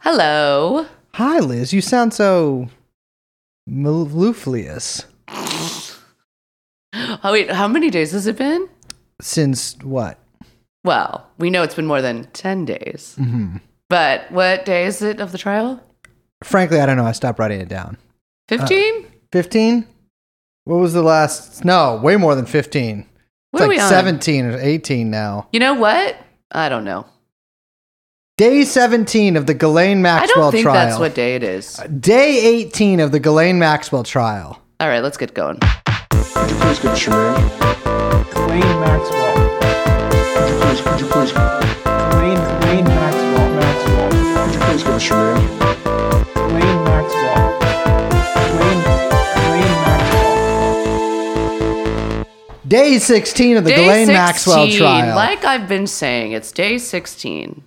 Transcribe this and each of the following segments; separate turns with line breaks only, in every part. Hello.
Hi, Liz. You sound so mellifluous.
Oh wait, how many days has it been?
Since what?
Well, we know it's been more than ten days.
Hmm.
But what day is it of the trial?
Uh, Frankly, I don't know. I stopped writing it down.
Fifteen?
15? What was the last? No, way more than 15. It's
what are
like
we on?
17 or 18 now.
You know what? I don't know.
Day 17 of the Ghislaine
I
Maxwell
don't think
trial.
that's what day it is.
Day 18 of the Ghislaine Maxwell trial.
All right, let's get going.
Could you please give us your name?
Wayne Maxwell.
Could you please, could you please, could
Wayne, Wayne Maxwell. Maxwell.
you please give us your name?
Wayne Maxwell. Wayne, Wayne Maxwell.
Day 16 of the
day
Ghislaine
16,
Maxwell trial.
Like I've been saying, it's day 16.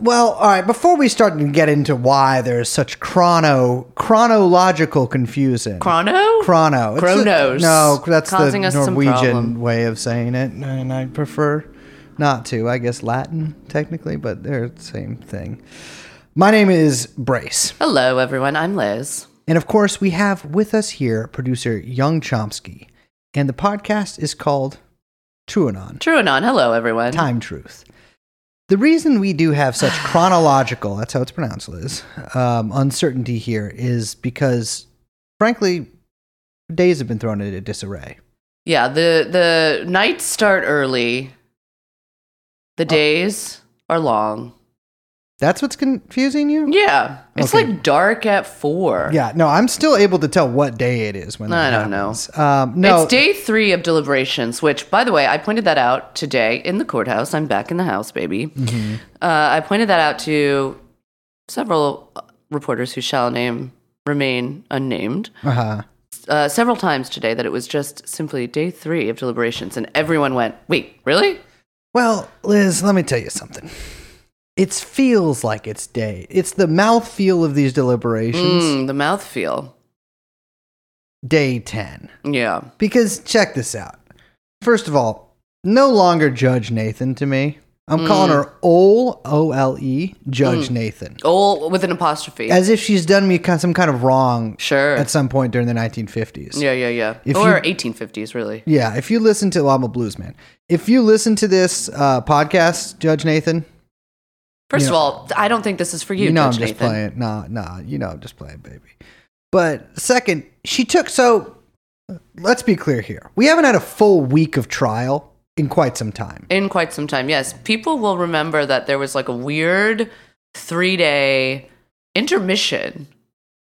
Well, all right. Before we start to get into why there is such chrono chronological confusion,
Chrono?
chrono, It's the-
Chronos.
no, that's
Causing
the
us some
Norwegian
problem.
way of saying it, and I prefer not to. I guess Latin technically, but they're the same thing. My name is Brace,
Hello, everyone. I'm Liz.
and of course we have with us here producer Young Chomsky, and the podcast is called True Anon.
True Anon. Hello, everyone.
Time Truth. The reason we do have such chronological, that's how it's pronounced, Liz, um, uncertainty here is because, frankly, days have been thrown into disarray.
Yeah, the the nights start early. The
Oh.
days are long.
That's what's confusing you?
Yeah. It's
Okay.
like dark at 4.
Yeah, no, I'm still able to tell what day it is when that
I don't know.
happens. Um, no,
It's day 3 of deliberations, which by the way, I pointed that out today in the courthouse. I'm back in the house, baby.
Mhm.
Uh, I pointed that out to several uh, reporters who shall name remain unnamed.
uh-huh.
uh, several times today that it was just simply day three of deliberations, and everyone went, "Wait, really?
Well, Liz, let me tell you something. It feels like it's day. It's the mouthfeel of these deliberations.
Mm, the mouth feel."
Day 10.
Yeah,
Because check this out. First of all, no longer Judge Nathan to me. I'm
Mm.
calling her Ole O L E Judge Nathan,
all with an apostrophe.
as if she's done me kind- some kind of wrong
E. sure.
at some point during the 1950s.
yeah, yeah, yeah.
If
or
you-
1850s, really.
Yeah, if you listen to well, I'm a blues man. If you listen to this uh, podcast, Judge Nathan,
First of
You know-
all, I don't think this is for you.
you know
Judge
I'm just
Nathan.
playing. Nah, nah, you know I'm just playing, baby. But second, she took so. Let's be clear here. We haven't had a full week of trial in quite some time.
In quite some time, yes. People will remember that there was like a weird three day intermission,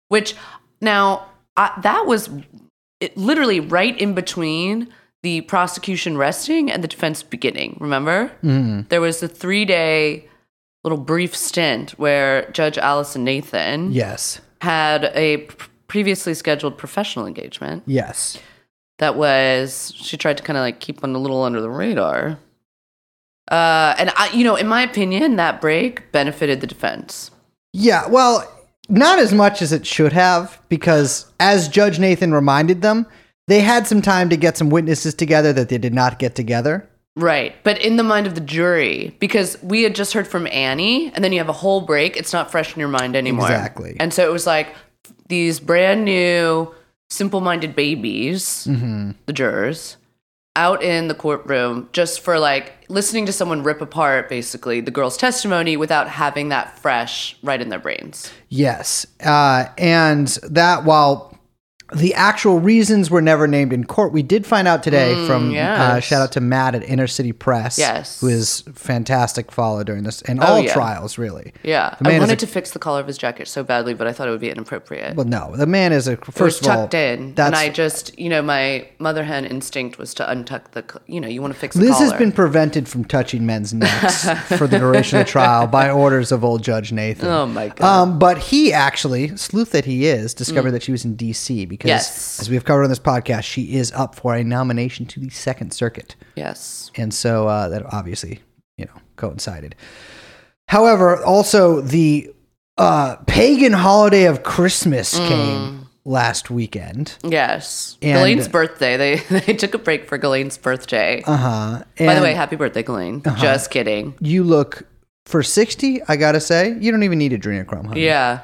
which now I, that was it, literally right in between the prosecution resting and the defense beginning. Remember?
Mhm.
There was the three day little brief stint where Judge Allison Nathan
Yes.
had a p- previously scheduled professional engagement
Yes.
that was she tried to kind of like keep on a little under the radar. Uh, and I, you know, in my opinion, that break benefited the defense.
Yeah, well, not as much as it should have, because as Judge Nathan reminded them, they had some time to get some witnesses together that they did not get together.
Right. But in the mind of the jury, because we had just heard from Annie, and then you have a whole break, it's not fresh in your mind anymore.
Exactly.
And so it was like these brand new, simple minded babies, the jurors, out in the courtroom just for like listening to someone rip apart basically the girl's testimony without having that fresh right in their brains.
Yes. Uh, and that while the actual reasons were never named in court, we did find out today from uh,
Mm, yes.
shout out to Matt at Inner City Press,
Yes. Oh,
who is fantastic follow during this and all
yeah.
trials, really.
Yeah.
man
I
is
wanted
a-
to fix the collar of his jacket so badly, but I thought it would be inappropriate.
Well, no, the man is a first
it was
of all
tucked in,
That's
and I just, you know, my mother hen instinct was to untuck the, c- you know, you want to fix. The
Liz has
collar.
been prevented from touching men's necks for the duration of the trial by orders of old Judge Nathan.
Oh my god! Mm.
Um, but he actually, sleuth that he is, discovered that she was in D.C. because,
Yes.
as we've covered on this podcast, she is up for a nomination to the Second Circuit,
yes,
and so uh, that obviously, you know, coincided. However, also the uh, pagan holiday of Christmas
Mm.
came last weekend.
yes.
And-
Ghislaine's birthday. They they took a break for Ghislaine's birthday.
Uh Uh-huh. huh.
By the way, happy birthday, Ghislaine. Just kidding.
you look for 60, I gotta say, you don't even need adrenochrome, honey.
Yeah.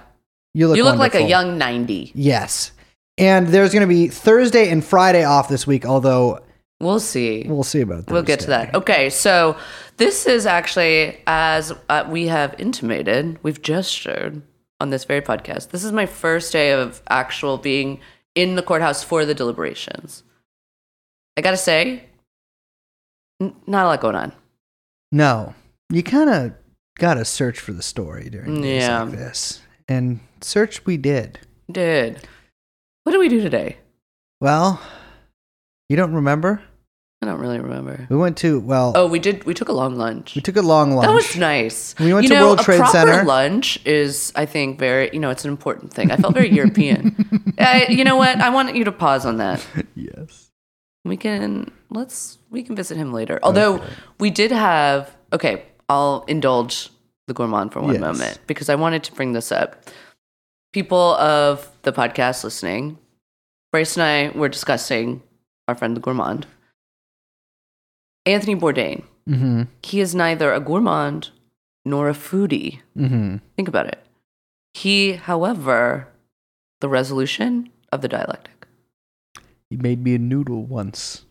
You look,
you look like a
wonderful.
young 90.
Yes. And there's going to be Thursday and Friday off this week, although
We'll see.
we'll see about that.
We'll get to that. Okay, so this is actually as uh, we have intimated, we've gestured on this very podcast. This is my first day of actual being in the courthouse for the deliberations. I gotta say, n- not a lot going on.
No. You kind of got to search for the story during days
Yeah.
like this. And search we did.
Dude, what did we do today?
Well, you don't remember?
I don't really remember.
We went to, well,
Oh, we did. We took a long lunch.
we took a long lunch.
That was nice.
We went
you
to
know,
World Trade
a proper
Center.
Lunch is, I think, very. You know, it's an important thing. I felt very European. I, you know what? I want you to pause on that.
yes.
We can let's we can visit him later. Although we did have okay, I'll indulge the gourmand for one
Yes.
moment because I wanted to bring this up. People of the podcast listening, Brace and I were discussing our friend the gourmand. Anthony Bourdain.
Mm
He is neither a gourmand nor a foodie.
hmm. Mm hmm.
Think about it. He, however, the resolution of the dialectic.
He made me a noodle once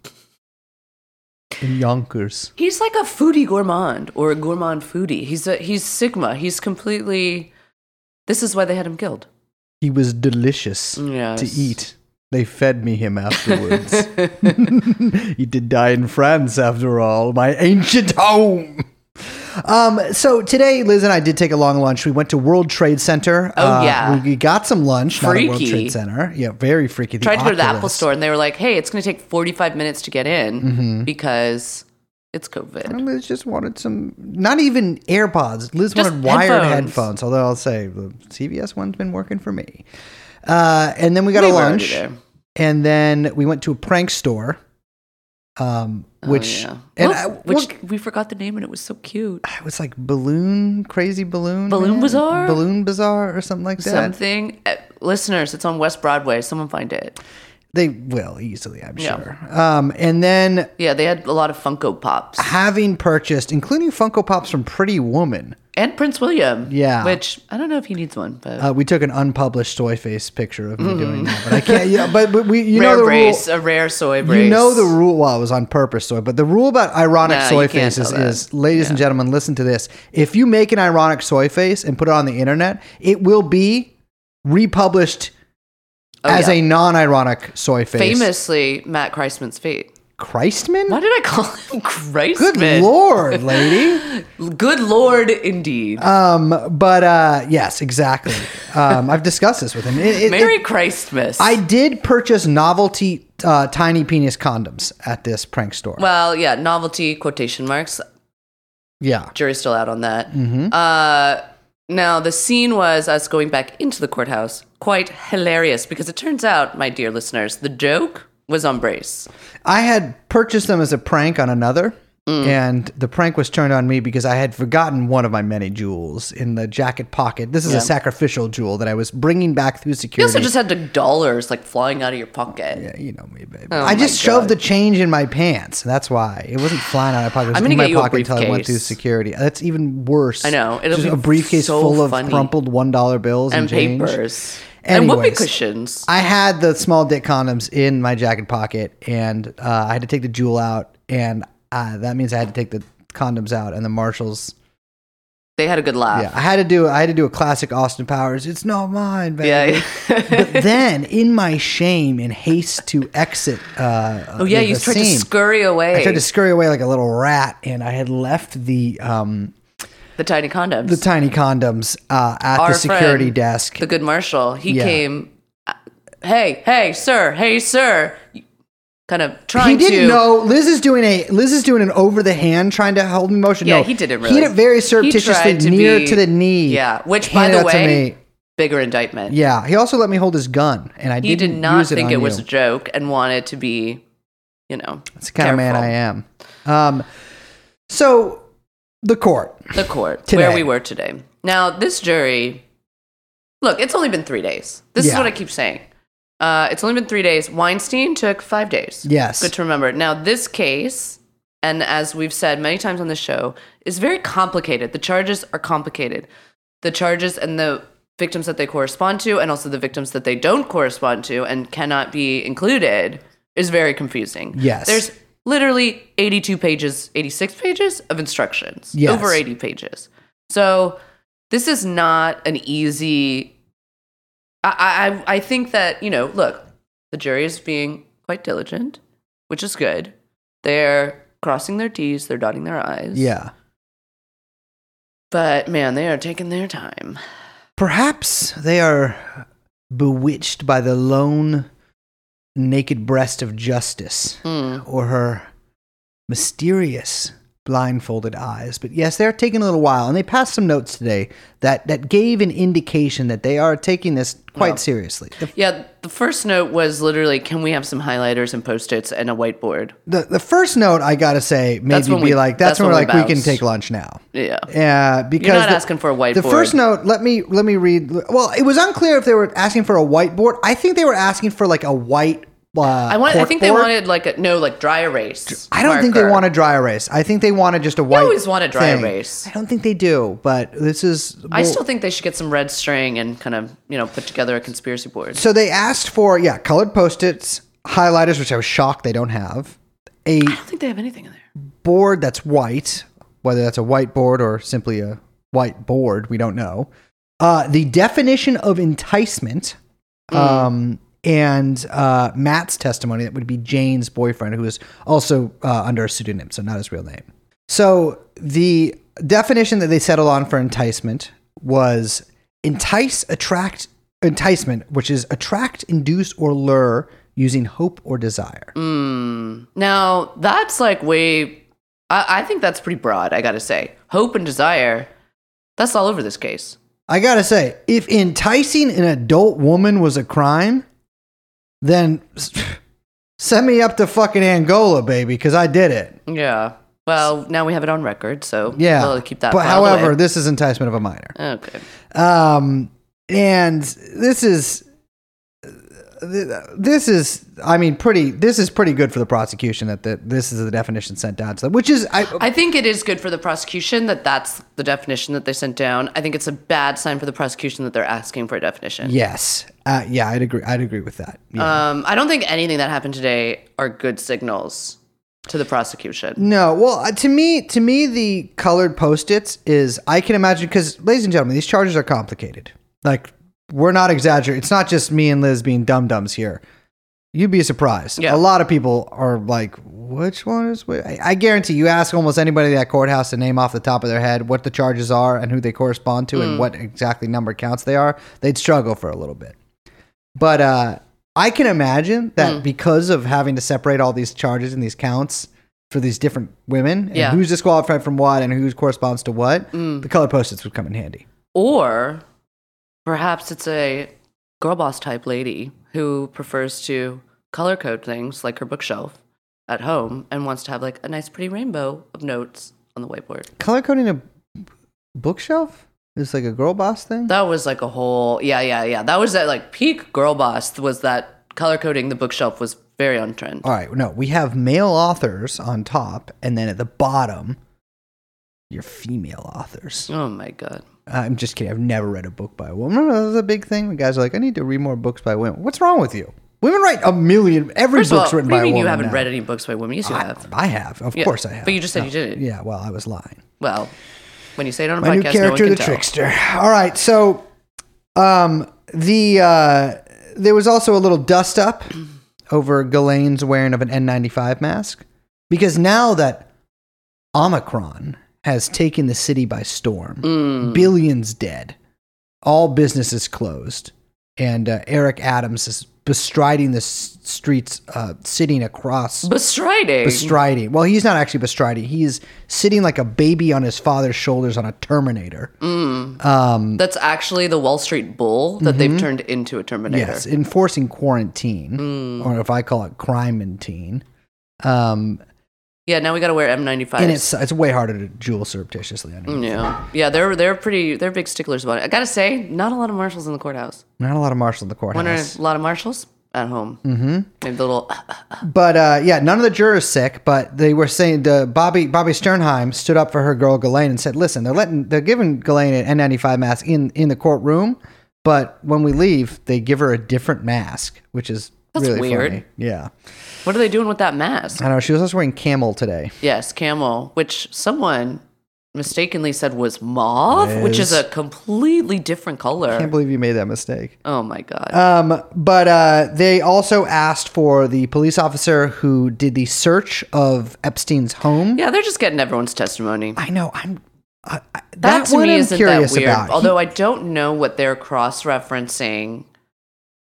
in Yonkers.
He's like a foodie gourmand or a gourmand foodie. He's a he's Sigma. He's completely. This is why they had him killed.
He was delicious
Yes.
to eat. They fed me him afterwards. he did die in France after all, my ancient home. Um, so today, Liz and I did take a long lunch. We went to World Trade Center. Uh,
Oh, yeah.
we got some lunch. Not at World
Freaky.
Trade Center. Yeah, very freaky. The
Tried to go to the Apple
Oculus.
store and they were like, "Hey, it's going to take forty five minutes to get in
Mm-hmm.
because it's COVID."
Liz just wanted some, not even AirPods. Liz
Just
wanted wired
headphones.
headphones. Although I'll say the CVS one's been working for me. Uh, and then we got
We
a
were already
lunch,
there. Oh,
and then we went to a prank store, um, which
Oh, yeah.
and
Oof,
I,
which
what-
we forgot the name and it was so cute.
it was like balloon, crazy balloon,
Balloon
man?
Bazaar?
balloon bazaar, or something like that.
Something, uh, listeners, it's on West Broadway. Someone find it.
They will easily, I'm
Yeah.
sure. Um, and then
Yeah, they had a lot of Funko Pops
having purchased, including Funko Pops from Pretty Woman.
and Prince William.
Yeah.
which I don't know if he needs one, but
Uh, we took an unpublished soy face picture of me doing that, but I can't. Yeah, but, but we, you
Mm. rare
know the
brace,
rule.
a rare soy brace.
You know the rule. Well, it was on purpose, soy. But the rule about ironic
No,
soy
you can't
faces
tell that.
is, ladies and gentlemen, listen to this. If you make an ironic soy face and put it on the internet, it will be republished
Oh,
as
yeah.
a non-ironic soy face.
famously Matt Christman's feet.
Christman.
Why did I call him Christman?
Good lord, lady.
Good lord, indeed.
Um, but uh, yes, exactly. Um, I've discussed this with him. It- it-
Merry
it-
Christmas.
I did purchase novelty uh, tiny penis condoms at this prank store.
well, yeah, novelty quotation marks.
yeah,
Jury's still out on that.
Mm-hmm.
Uh, now the scene was us going back into the courthouse. Quite hilarious because it turns out, my dear listeners, the joke was on brace.
I had purchased them as a prank on another.
Mm.
And the prank was turned on me because I had forgotten one of my many jewels in the jacket pocket. This is a sacrificial jewel that I was bringing back through
You
security.
also just had the dollars like flying out of your pocket.
Yeah, you know me, baby.
Oh
I just
my
shoved
God.
the change in my pants. That's why it wasn't flying out of my pocket. It was
I'm
in
gonna
my
get you a
pocket until I went
briefcase.
through security. That's even worse.
I know. It'll
just
be
a briefcase
so
full of
funny.
crumpled one dollar bills and,
And
change.
papers. And whoopee
Anyways.
cushions.
I had the small dick condoms in my jacket pocket, and uh, I had to take the jewel out, and uh, that means I had to take the condoms out, and the marshals.
they had a good laugh.
Yeah, I had to do. I had to do a classic Austin Powers. It's not mine, baby.
Yeah.
but then, in my shame and haste to exit, uh,
oh yeah,
the-
you
the
tried
scene,
to scurry away.
I tried to scurry away like a little rat, and I had left the um,
the tiny condoms.
the tiny condoms uh, at
Our
the security
friend,
desk.
the good marshal. He
Yeah.
came. uh, Hey, hey, sir. Hey, sir. Kind of
he
trying
didn't
to.
know Liz is doing a Liz is doing an over the hand trying to hold me motion.
Yeah,
no,
he didn't
He
really.
did it very
He
surreptitiously,
tried to
near
be-
to the knee.
Yeah, which, by
handed
the
it to
way,
me.
bigger indictment.
yeah. He also let me hold his gun, and I
he did
didn't
not
use
think
on
it, was
you.
a joke and wanted to be, you know,
That's the kind of man I
careful.
am. Um, so the court.
the court
Today.
where we were today. Now, this jury, look, it's only been three days. This is
Yeah.
what I keep saying. Uh, it's only been three days. Weinstein took five days.
Yes.
Good to remember. Now, this case and as we've said many times on the show, is very complicated. The charges are complicated. The charges and the victims that they correspond to, and also the victims that they don't correspond to and cannot be included, is very confusing.
Yes.
There's literally 82 pages, 86 pages of instructions,
Yes.
over 80 pages. So this is not an easy. I, I, I think that, you know, look, the jury is being quite diligent, which is good. They're crossing their T's, they're dotting their I's.
Yeah.
But man, they are taking their time.
Perhaps they are bewitched by the lone naked breast of justice
Mm.
or her mysterious blindfolded eyes. But yes, they're taking a little while and they passed some notes today that, that gave an indication that they are taking this quite
Well.
seriously. The,
Yeah, the first note was literally, can we have some highlighters and post-its and a whiteboard?
the, the first note I gotta say made
That's
me
when
be
we-
like,
that's
that's, when we're
when
like,
we
we can
bounce.
take lunch now.
Yeah.
Yeah, Uh, because
You're not
the-
asking for a whiteboard.
The first note, let me let me read. Well, it was unclear if they were asking for a whiteboard. I think they were asking for like a white. Uh,
I want. I think they
corkboard.
wanted like a no, like dry erase.
I don't think they
marker.
want a dry erase. I think they wanted just a white.
always want a dry
thing.
erase.
I don't think they do, but this is.
I
well-
still think they should get some red string and kind of you know put together a conspiracy board.
So they asked for yeah, colored post-its, highlighters, which I was shocked they don't have.
I
A
don't think they have anything in there.
board that's white, whether that's a whiteboard or simply a white board, we don't know. Uh, the definition of enticement, um, and uh, Matt's testimony that would be Jane's boyfriend, who is also uh, under a pseudonym, so not his real name. So the definition that they settled on for enticement was entice, attract, enticement, which is attract, induce, or lure using hope or desire.
Hmm. Now that's like way. I, I think that's pretty broad. I gotta say, hope and desire. That's all over this case.
I gotta say, if enticing an adult woman was a crime, then send me up to fucking Angola, baby, because I did it.
Yeah. Well, now we have it on record, so
Yeah,
we'll keep that.
But
filed away.
however, this is enticement of a minor,
okay.
um, and this is this is I mean pretty this is pretty good for the prosecution that the, this is the definition sent down to them, which is I,
I think it is good for the prosecution that that's the definition that they sent down. I think it's a bad sign for the prosecution that they're asking for a definition.
yes, uh, yeah, I'd agree, I'd agree with that. Yeah.
Um, I don't think anything that happened today are good signals to the prosecution.
No, well, uh, to me, to me, the colored post-its is I can imagine because, ladies and gentlemen, these charges are complicated. Like we're not exaggerating. It's not just me and Liz being dum dums here. You'd be surprised.
Yeah.
A lot of people are like, "Which one is?" Which? I, I guarantee you ask almost anybody at that courthouse to name off the top of their head what the charges are and who they correspond to
Mm.
and what exactly number counts they are. They'd struggle for a little bit. But uh, I can imagine
Mm.
that because of having to separate all these charges and these counts for these different women and
Yeah. Mm.
who's disqualified from what and who corresponds to what, the color post-its would come in handy.
Or perhaps it's a girl boss type lady who prefers to color code things like her bookshelf at home and wants to have like a nice pretty rainbow of notes on the whiteboard.
Color coding a bookshelf is like a girl boss thing.
That was like a whole yeah, yeah, yeah. That was that like peak girl boss was that color coding the bookshelf was very on trend.
all right, no, we have male authors on top, and then at the bottom, your female authors.
Oh my god.
I'm just kidding. I've never read a book by a woman. Remember, that was a big thing. when guys are like, I need to read more books by women. What's wrong with you? Women write a million. Every
First of all,
book's
what
written
do you
by a
mean
woman.
you haven't
now.
read any books by women? Yes, you have.
I have, of
Yeah,
course I have.
but you just said you didn't.
Yeah, well, I was lying.
Well, when you say it on a
My
podcast,
new character,
no one
the
can tell.
trickster. All right, so um, the uh, there was also a little dust up over Ghislaine's wearing of an N95 mask because now that Omicron has taken the city by storm,
Mm.
billions dead, all businesses closed, and uh, Eric Adams is bestriding the s- streets, uh, sitting across
Bestriding.
bestriding. Well, he's not actually bestriding. He's sitting like a baby on his father's shoulders on a Terminator.
Mm. That's actually the Wall Street Bull that they've turned into a Terminator.
Mm-hmm. Yes, enforcing quarantine,
Mm.
or if I call it crimentine. Um,
Yeah, now we got to wear M95s.
and it's it's way harder to jewel surreptitiously. I
Mm.
know.
yeah, yeah, they're they're pretty they're big sticklers about it. I gotta say, not a lot of marshals in the courthouse.
Not a lot of marshals in the
Wonder
courthouse.
a lot of marshals. at home.
hmm
Maybe the little.
But uh, yeah, none of the jurors sick. But they were saying the Bobby Bobby Sternheim stood up for her girl Ghislaine and said, "Listen, they're letting they're giving Ghislaine an N95 mask in in the courtroom, but when we leave, they give her a different mask, which is
That's
really
weird.
funny. Yeah,
What are they doing with that mask?
I know she was also wearing camel today.
Yes, camel, which someone mistakenly said was mauve, which is
Yes.
a completely different
I
color.
can't believe you made that mistake.
oh my god.
Um, but uh, they also asked for the police officer who did the search of Epstein's home.
yeah, they're just getting everyone's testimony.
I know. I'm. I, I, that,
that to
one
me
I'm
isn't
curious
that weird.
about. He-
Although I don't know what they're cross referencing.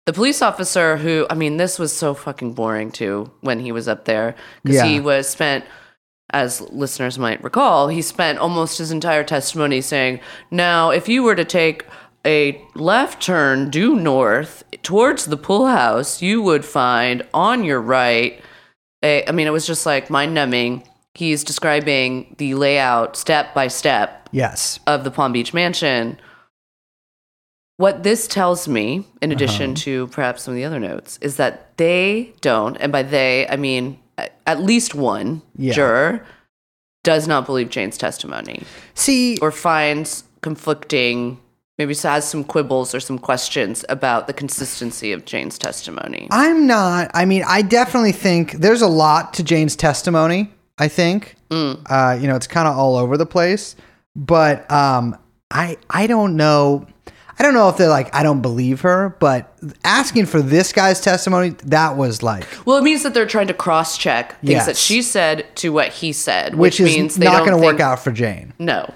The police officer who, I mean, this was so fucking boring too when he was up there because
Yeah.
he was spent. As listeners might recall, he spent almost his entire testimony saying, Now, if you were to take a left turn due north towards the pool house, you would find on your right a- I mean, it was just like mind numbing. He's describing the layout step by step
yes.
of the Palm Beach mansion. What this tells me, in
Uh-huh.
addition to perhaps some of the other notes, is that they don't, and by they, I mean a- at least one
Yeah.
juror does not believe Jane's testimony
See,
or finds conflicting, maybe has some quibbles or some questions about the consistency of Jane's testimony.
I'm not. I mean, I definitely think there's a lot to Jane's testimony. I think,
Mm.
uh, you know, it's kind of all over the place. But um, I, I don't know. I don't know if they're like, I don't believe her. But asking for this guy's testimony, that was like,
Well, it means that they're trying to cross check things that
Yes.
she said to what he said,
which,
which,
is
means they
not
don't
going to work
think-
out for Jane,
No.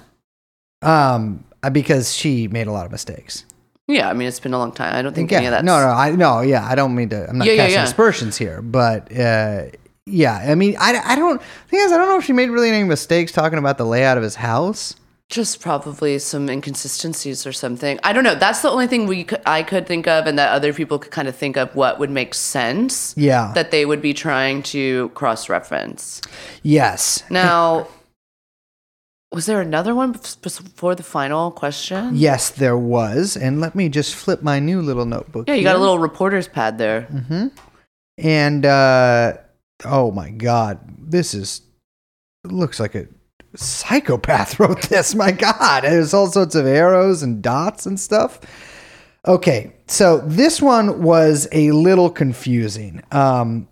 um, because she made a lot of mistakes.
Yeah, I mean, it's been a long time. I don't think
Yeah,
any of that's
no, no, I no, yeah, I don't mean to. I'm not
Yeah, yeah,
casting
yeah.
aspersions here, but uh, yeah, I mean, I, I don't. The thing is, I don't know if she made really any mistakes talking about the layout of his house.
just probably some inconsistencies or something. I don't know. That's the only thing we could, I could think of, and that other people could kind of think of what would make sense.
Yeah.
that they would be trying to cross reference.
Yes.
Now, was there another one bef- bes- before the final question?
Yes, there was, and let me just flip my new little notebook.
Yeah, you got a little reporter's pad there.
And uh, oh my God, this is looks like a psychopath wrote this. My God, there's all sorts of arrows and dots and stuff. Okay, so this one was a little confusing. Um,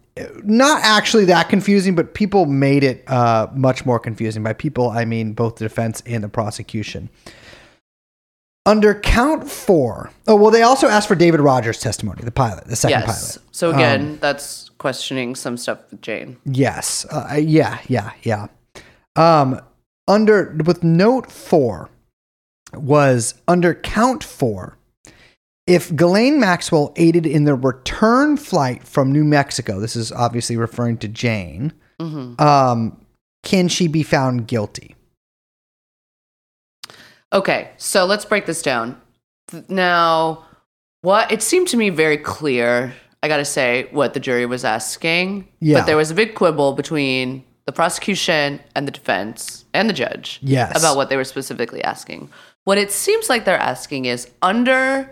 not actually that confusing, but people made it uh, much more confusing. By people, I mean both the defense and the prosecution. Under count four, oh, well, they also asked for David Rogers' testimony, the pilot, the second pilot. Um,
Yes. So again, that's questioning some stuff with Jane.
Yes. Uh, yeah. Yeah. Yeah. Um, under with note four was under count four. If Ghislaine Maxwell aided in the return flight from New Mexico, this is obviously referring to Jane. Um, can she be found guilty?
Okay, so let's break this down. Th- Now, what it seemed to me very clear, I gotta say, what the jury was asking.
Yeah.
But there was a big quibble between the prosecution and the defense and the judge
Yes.
about what they were specifically asking. What it seems like they're asking is under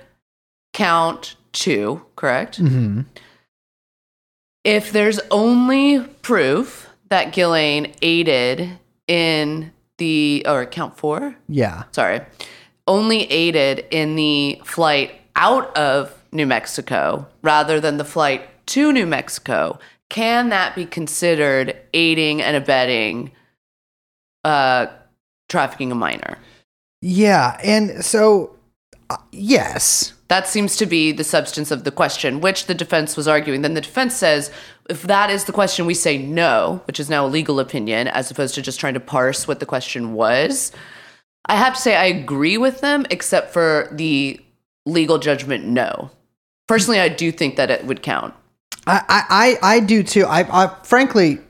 count two, correct?
Mm-hmm.
if there's only proof that Gillane aided in the or count four,
Yeah.
sorry, only aided in the flight out of New Mexico rather than the flight to New Mexico, can that be considered aiding and abetting uh, trafficking a minor?
Yeah. And so, uh, yes.
That seems to be the substance of the question, which the defense was arguing. Then the defense says, if that is the question, we say no, which is now a legal opinion, as opposed to just trying to parse what the question was. I have to say, I agree with them, except for the legal judgment no. Personally, I do think that it would count.
I, I, I I do too. I, I frankly,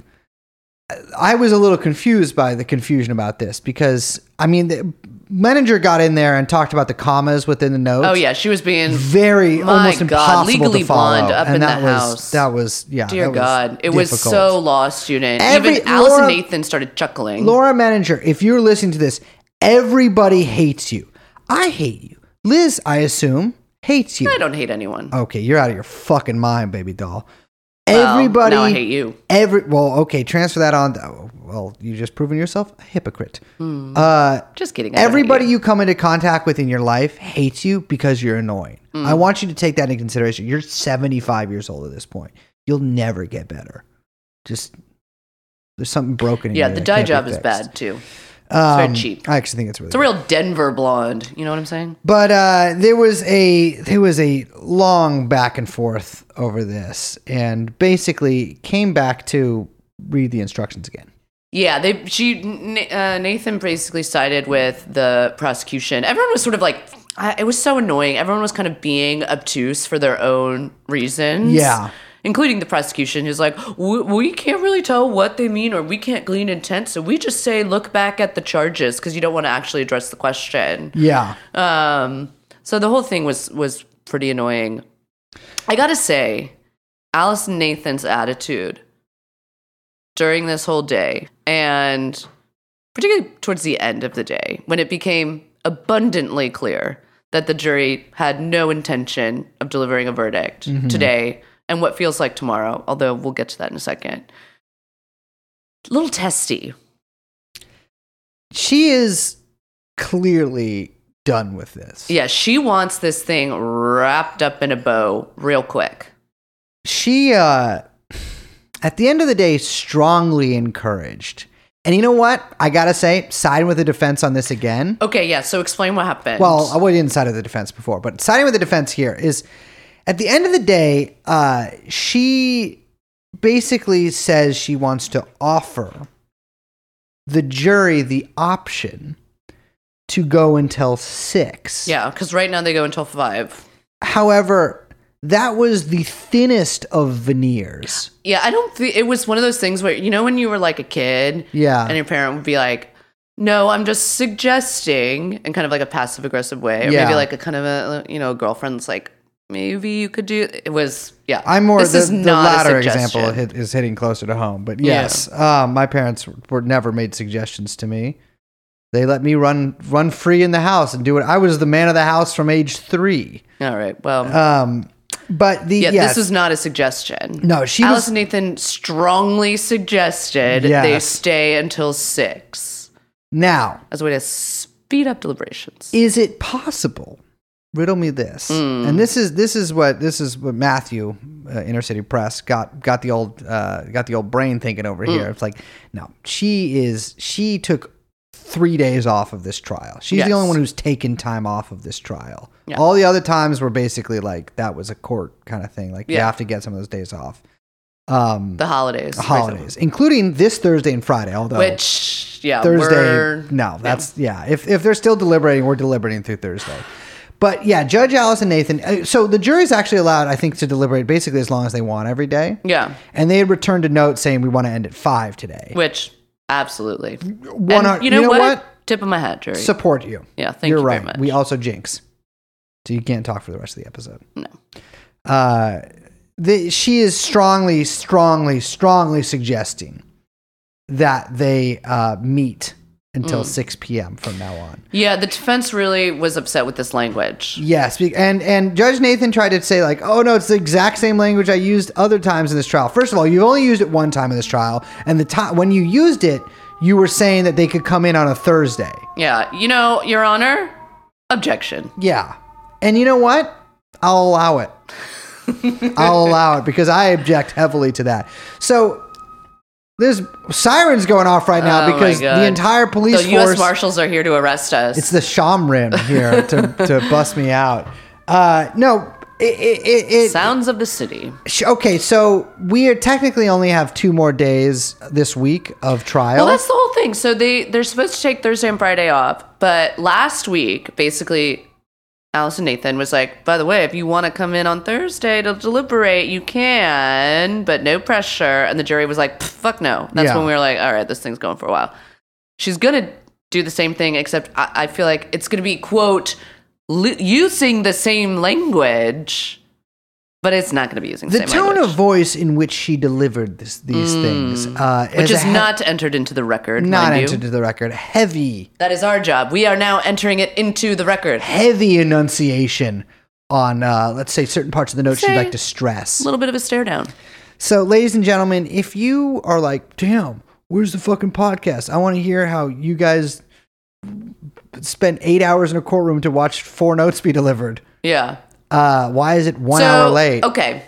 I was a little confused by the confusion about this because I mean, the manager got in there and talked about the commas within the notes.
Oh, yeah, she was being.
very
My
almost
God,
impossible
legally
to follow.
blonde up
and
in
that
the
was
house.
that was yeah.
Dear
that was
God, it was
difficult.
so law student.
Every-
Even Alice
Laura-
and Nathan started chuckling.
Laura Manager, if you're listening to this, everybody hates you. I hate you. Liz, I assume, hates you.
I don't hate anyone.
Okay, you're out of your fucking mind, baby doll.
Well,
Everybody,
Now I hate you.
every well, okay, transfer that on. oh, Well, you just proven yourself a hypocrite.
Mm,
Uh,
Just kidding. I don't hate
everybody you come into contact with in your life hates you because you're annoying.
Mm.
I want you to take that into consideration. You're 75 years old at this point. You'll never get better. Just there's something broken. In
Yeah,
you
the
that
dye
can't be
job is
fixed.
bad too.
Um,
very cheap.
I actually think it's really.
It's a real Denver blonde. You know what I'm saying?
But uh, there was a there was a long back and forth over this, and basically came back to read the instructions again.
Yeah, they. She N- uh, Nathan basically sided with the prosecution. Everyone was sort of like, I, it was so annoying. Everyone was kind of being obtuse for their own reasons.
Yeah.
Including the prosecution, who's like, we, we can't really tell what they mean or we can't glean intent. So we just say, look back at the charges because you don't want to actually address the question.
Yeah,
Um, so the whole thing was was pretty annoying. I gotta say, Alice Nathan's attitude during this whole day, and particularly towards the end of the day, when it became abundantly clear that the jury had no intention of delivering a verdict today and what feels like tomorrow, although we'll get to that in a second. A little testy.
she is clearly done with this.
Yeah, she wants this thing wrapped up in a bow real quick.
she uh at the end of the day strongly encouraged and you know what i gotta say siding with the defense on this again
Okay, yeah. So explain what happened.
well i was inside of the defense before but siding with the defense here is at the end of the day uh she basically says she wants to offer the jury the option to go until six
yeah, because right now they go until five.
however that was the thinnest of veneers
Yeah, I don't think it was one of those things where you know when you were like a kid,
yeah
and your parent would be like, "No, I'm just suggesting," in kind of like a passive aggressive way, or
Yeah.
maybe like a kind of a you know girlfriend's like, "Maybe you could do." It was yeah.
I'm more
This
the,
is
the
not a
latter
suggestion.
example hit, is hitting closer to home. But
Yeah.
yes, uh, my parents were never made suggestions to me. They let me run run free in the house and do it. I was the man of the house from age three.
All right. Well,
Um, but the
yeah,
yes,
this was not a suggestion.
No, she
Alice
was-
Nathan strongly suggested they
Yes.
stay until six
now
as a way to speed up deliberations.
is it possible? Riddle me this.
Hmm.
And this is this is what this is what Matthew, uh, Inner City Press got got the old uh, got the old brain thinking over
Hmm.
here. It's like no, she is she took three days off of this trial. She's
Yes.
the only one who's taken time off of this trial.
Yeah.
All the other times were basically like that was a court kind of thing. Like you
Yeah.
have to get some of those days off. Um,
the holidays. for example.
holidays, including this Thursday and Friday. Although
Which yeah,
Thursday.
we're-
no, that's yeah. If if they're still deliberating, we're deliberating through Thursday. But yeah, Judge Alice and Nathan. uh, So the jury's actually allowed, I think, to deliberate basically as long as they want every day.
yeah.
And they had returned a note saying we want to end at five today.
Which absolutely.
One,
And
you know, what?
Tip of my hat, Jerry.
Support you.
yeah, thank
You're
you
right.
very much.
We also jinx, so you can't talk for the rest of the episode.
No.
Uh, the, she is strongly, strongly, strongly suggesting that they uh, meet
Mm.
until six p.m. from now on.
yeah, the defense really was upset with this language.
Yes, be- and and Judge Nathan tried to say like, "Oh no, it's the exact same language I used other times in this trial." First of all, you only used it one time in this trial, and the time when you used it, you were saying that they could come in on a Thursday.
Yeah, you know, Your Honor, objection.
Yeah, and you know what? I'll allow it. I'll allow it because I object heavily to that. So there's sirens going off right now
Oh my
because
God.
the entire police
The
force
U.S. Marshals are here to arrest us.
It's the Shamrim here to, to bust me out. Uh, no, it, it, it, it
Sounds of the city.
Sh- Okay, so we are technically only have two more days this week of trial.
Well, that's the whole thing. So they they're supposed to take Thursday and Friday off, but last week, basically, Allison Nathan was like, "By the way, if you want to come in on Thursday to deliberate, you can, but no pressure." And the jury was like, "Pff, "Fuck no." That's
Yeah.
when we were like, "All right, this thing's going for a while." She's gonna do the same thing, except I, I feel like it's gonna be quote li- using the same language, but it's not gonna be using the,
the
same
tone
language, Mm.
of voice in which she delivered this, these things, uh,
which
a
is
he-
not entered into the record.
not
mind you.
entered to the record. Heavy,
That is our job. We are now entering it into the record.
heavy enunciation on, uh, let's say, certain parts of the note she'd
Say-
like to stress.
A little bit of a stare down.
So, ladies and gentlemen, if you are like, damn, where's the fucking podcast? I want to hear how you guys spent eight hours in a courtroom to watch four notes be delivered.
Yeah.
Uh, why is it one hour late?
Okay.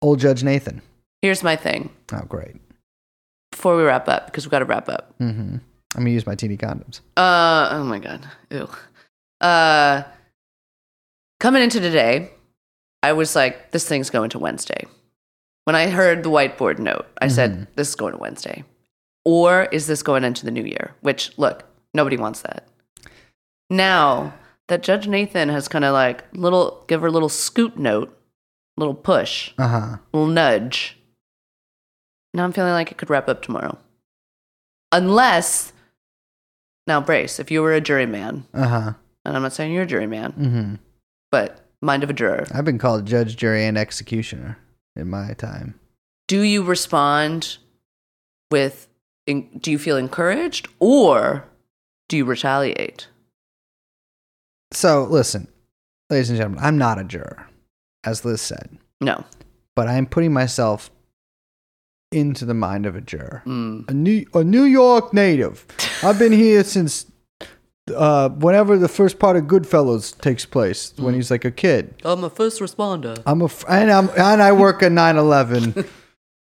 Old Judge Nathan.
Here's my thing
Oh, great.
before we wrap up because we've got to wrap up.
Mm-hmm. I'm going to use my TV condoms.
Uh oh my god. Ew. Uh coming into today, I was like, this thing's going to Wednesday. When I heard the whiteboard note, I said, this is going to Wednesday. Or is this going into the new year? Which look, nobody wants that. Now that Judge Nathan has kind of like little give her a little scoot note, little push,
Uh huh.
little nudge. Now I'm feeling like it could wrap up tomorrow. Unless, now brace, if you were a juryman,
Uh huh.
and I'm not saying you're a juryman,
Mm-hmm.
but mind of a juror,
I've been called judge, jury, and executioner in my time.
do you respond with, in, do you feel encouraged or do you retaliate?
So, listen, ladies and gentlemen, I'm not a juror, as Liz said,
No.
but I'm putting myself into the mind of a juror.
Mm.
a New, a New York native. I've been here since uh, whenever the first part of Goodfellas takes place, when he's like a kid.
Oh, I'm a first responder.
I'm a f- and I'm and I work at 9/11,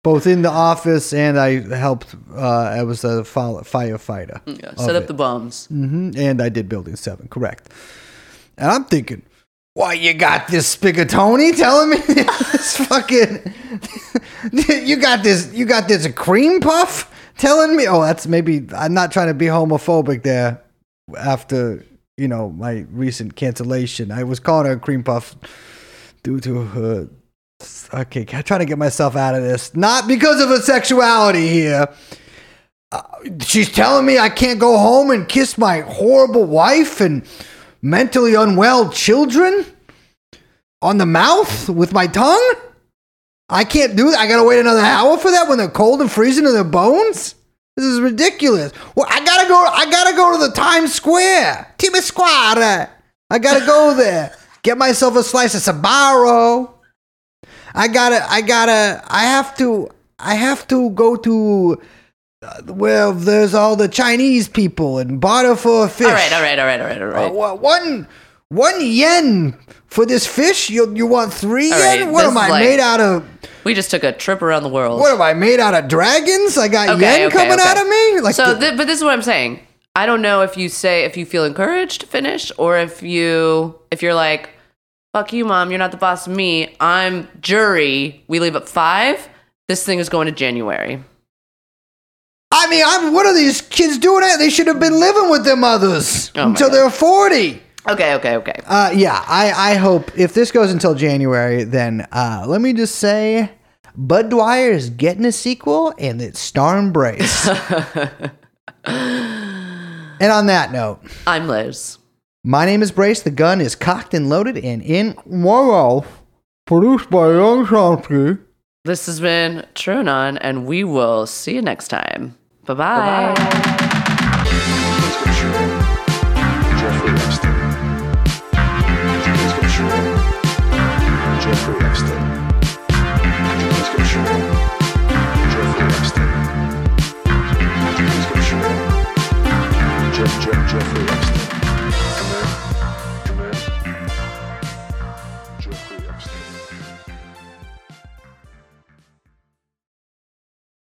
both in the office and I helped. Uh, I was a fol- firefighter.
Yeah, set up the bombs.
hmm And I did Building Seven, correct. And I'm thinking, why you got this Spigatoni telling me this fucking? you got this. You got this cream puff telling me. Oh, that's maybe. I'm not trying to be homophobic there. After you know my recent cancellation, I was calling her a cream puff due to her. Okay, I'm trying to get myself out of this. Not because of her sexuality here she's telling me I can't go home and kiss my horrible wife and mentally unwell children on the mouth with my tongue? I can't do that. I gotta wait another hour for that when they're cold and freezing to their bones? This is ridiculous. Well, I gotta go I gotta go to the Times Square. Times Square. I gotta go there. Get myself a slice of Sabaro. I gotta I gotta I have to I have to go to uh, well, there's all the Chinese people and barter for a fish.
All right, all right, all right, all right, all right.
Uh, wha- one one yen for this fish? You you want three
All
yen?
right,
what
this
am
is
I
like-
made out of?
we just took a trip around the world.
What am I made out of? Dragons? I got yen coming out of me? Like
so,
the-
thi- but this is what I'm saying. I don't know if you say if you feel encouraged to finish or if you if you're like, "Fuck you, mom. You're not the boss of me. I'm jury. We leave at five. This thing is going to January."
I mean, I'm, what are these kids doing? At? They should have been living with their mothers
Oh my
until
God.
they're forty.
Okay, okay, okay.
Uh, yeah, I, I hope if this goes until January, then uh, let me just say Bud Dwyer is getting a sequel and it's Star Brace. and on that note,
I'm Liz.
my name is Brace. The gun is cocked and loaded and in Wow. Produced by Young Chomsky.
This has been True and On, and we will see you next time. Bye bye.